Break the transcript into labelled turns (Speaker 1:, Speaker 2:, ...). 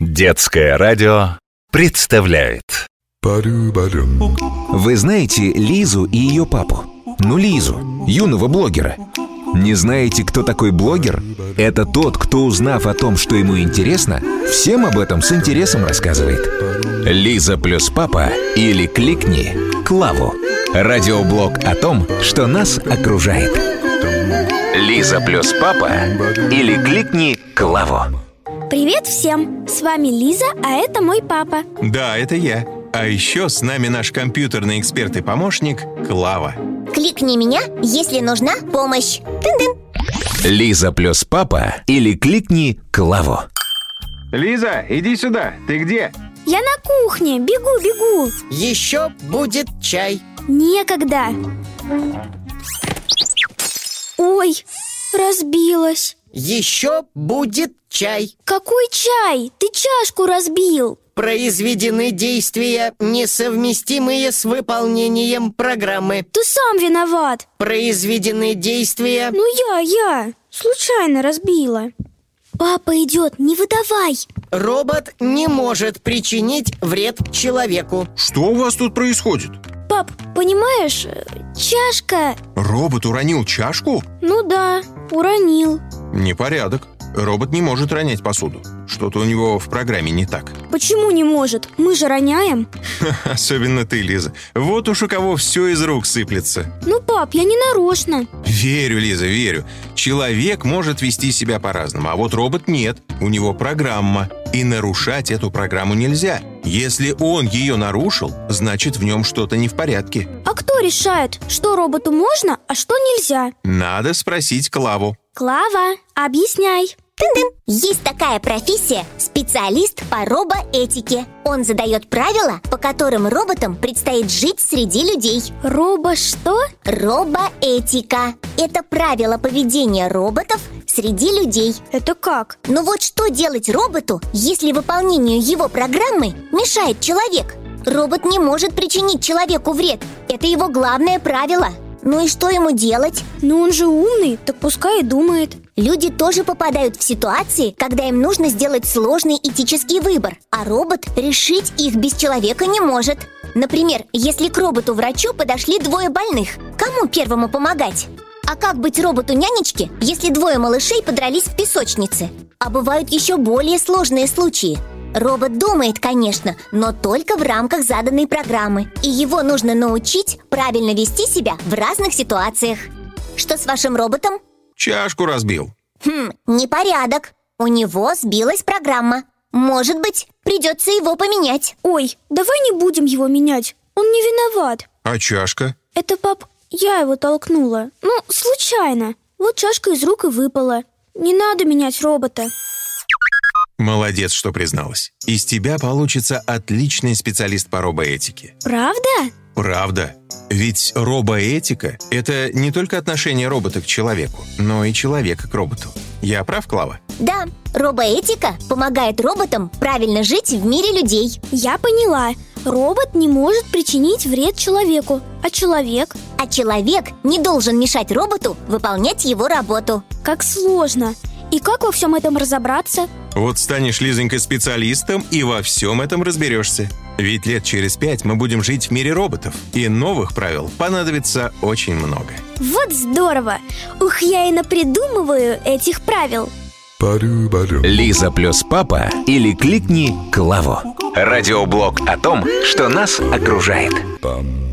Speaker 1: Детское радио представляет
Speaker 2: Пару-барум.
Speaker 3: Вы знаете Лизу и ее папу? Ну, Лизу, юного блогера. Не знаете, кто такой блогер? Это тот, кто, узнав о том, что ему интересно, всем об этом с интересом рассказывает. Лиза плюс папа или кликни Клаву. Радиоблог о том, что нас окружает. Лиза плюс папа или кликни Клаву.
Speaker 4: Привет всем! С вами Лиза, а это мой папа.
Speaker 5: Да, это я. А еще с нами наш компьютерный эксперт и помощник Клава.
Speaker 6: Кликни меня, если нужна помощь. Тын-тын.
Speaker 3: Лиза плюс папа или кликни Клаву.
Speaker 5: Лиза, иди сюда. Ты где?
Speaker 4: Я на кухне, бегу, бегу.
Speaker 7: Еще будет чай.
Speaker 4: Некогда. Ой, разбилась.
Speaker 7: Еще будет чай.
Speaker 4: Какой чай? Ты чашку разбил.
Speaker 7: Произведены действия, несовместимые с выполнением программы.
Speaker 4: Ты сам виноват.
Speaker 7: Произведены действия.
Speaker 4: Ну я, я. Случайно разбила. Папа идет, не выдавай.
Speaker 7: Робот не может причинить вред человеку.
Speaker 5: Что у вас тут происходит?
Speaker 4: Пап, понимаешь, э, чашка...
Speaker 5: Робот уронил чашку?
Speaker 4: Ну да, уронил.
Speaker 5: Непорядок. Робот не может ронять посуду. Что-то у него в программе не так.
Speaker 4: Почему не может? Мы же роняем.
Speaker 5: Особенно ты, Лиза. Вот уж у кого все из рук сыплется.
Speaker 4: Ну, пап, я не нарочно.
Speaker 5: Верю, Лиза, верю. Человек может вести себя по-разному, а вот робот нет. У него программа. И нарушать эту программу нельзя. Если он ее нарушил, значит в нем что-то не в порядке.
Speaker 4: А кто решает, что роботу можно, а что нельзя?
Speaker 5: Надо спросить Клаву.
Speaker 4: Клава, объясняй.
Speaker 6: Есть такая профессия – специалист по робоэтике. Он задает правила, по которым роботам предстоит жить среди людей.
Speaker 4: Робо что?
Speaker 6: Робоэтика – это правила поведения роботов среди людей.
Speaker 4: Это как?
Speaker 6: Но вот что делать роботу, если выполнению его программы мешает человек? Робот не может причинить человеку вред. Это его главное правило. Ну и что ему делать?
Speaker 4: Ну он же умный, так пускай и думает.
Speaker 6: Люди тоже попадают в ситуации, когда им нужно сделать сложный этический выбор, а робот решить их без человека не может. Например, если к роботу-врачу подошли двое больных, кому первому помогать? А как быть роботу-нянечке, если двое малышей подрались в песочнице? А бывают еще более сложные случаи. Робот думает, конечно, но только в рамках заданной программы. И его нужно научить правильно вести себя в разных ситуациях. Что с вашим роботом?
Speaker 5: Чашку разбил.
Speaker 6: Хм, непорядок. У него сбилась программа. Может быть, придется его поменять.
Speaker 4: Ой, давай не будем его менять. Он не виноват.
Speaker 5: А чашка?
Speaker 4: Это, пап, я его толкнула. Ну, случайно. Вот чашка из рук и выпала. Не надо менять робота.
Speaker 5: Молодец, что призналась. Из тебя получится отличный специалист по робоэтике.
Speaker 4: Правда?
Speaker 5: Правда. Ведь робоэтика — это не только отношение робота к человеку, но и человека к роботу. Я прав, Клава?
Speaker 6: Да, робоэтика помогает роботам правильно жить в мире людей.
Speaker 4: Я поняла. Робот не может причинить вред человеку. А человек?
Speaker 6: А человек не должен мешать роботу выполнять его работу.
Speaker 4: Как сложно. И как во всем этом разобраться?
Speaker 5: Вот станешь, Лизонька, специалистом и во всем этом разберешься. Ведь лет через пять мы будем жить в мире роботов, и новых правил понадобится очень много.
Speaker 4: Вот здорово! Ух, я и напридумываю этих правил.
Speaker 2: Пару-барум.
Speaker 3: Лиза плюс папа или кликни Клаву. Радиоблог о том, что нас окружает.
Speaker 2: Пам.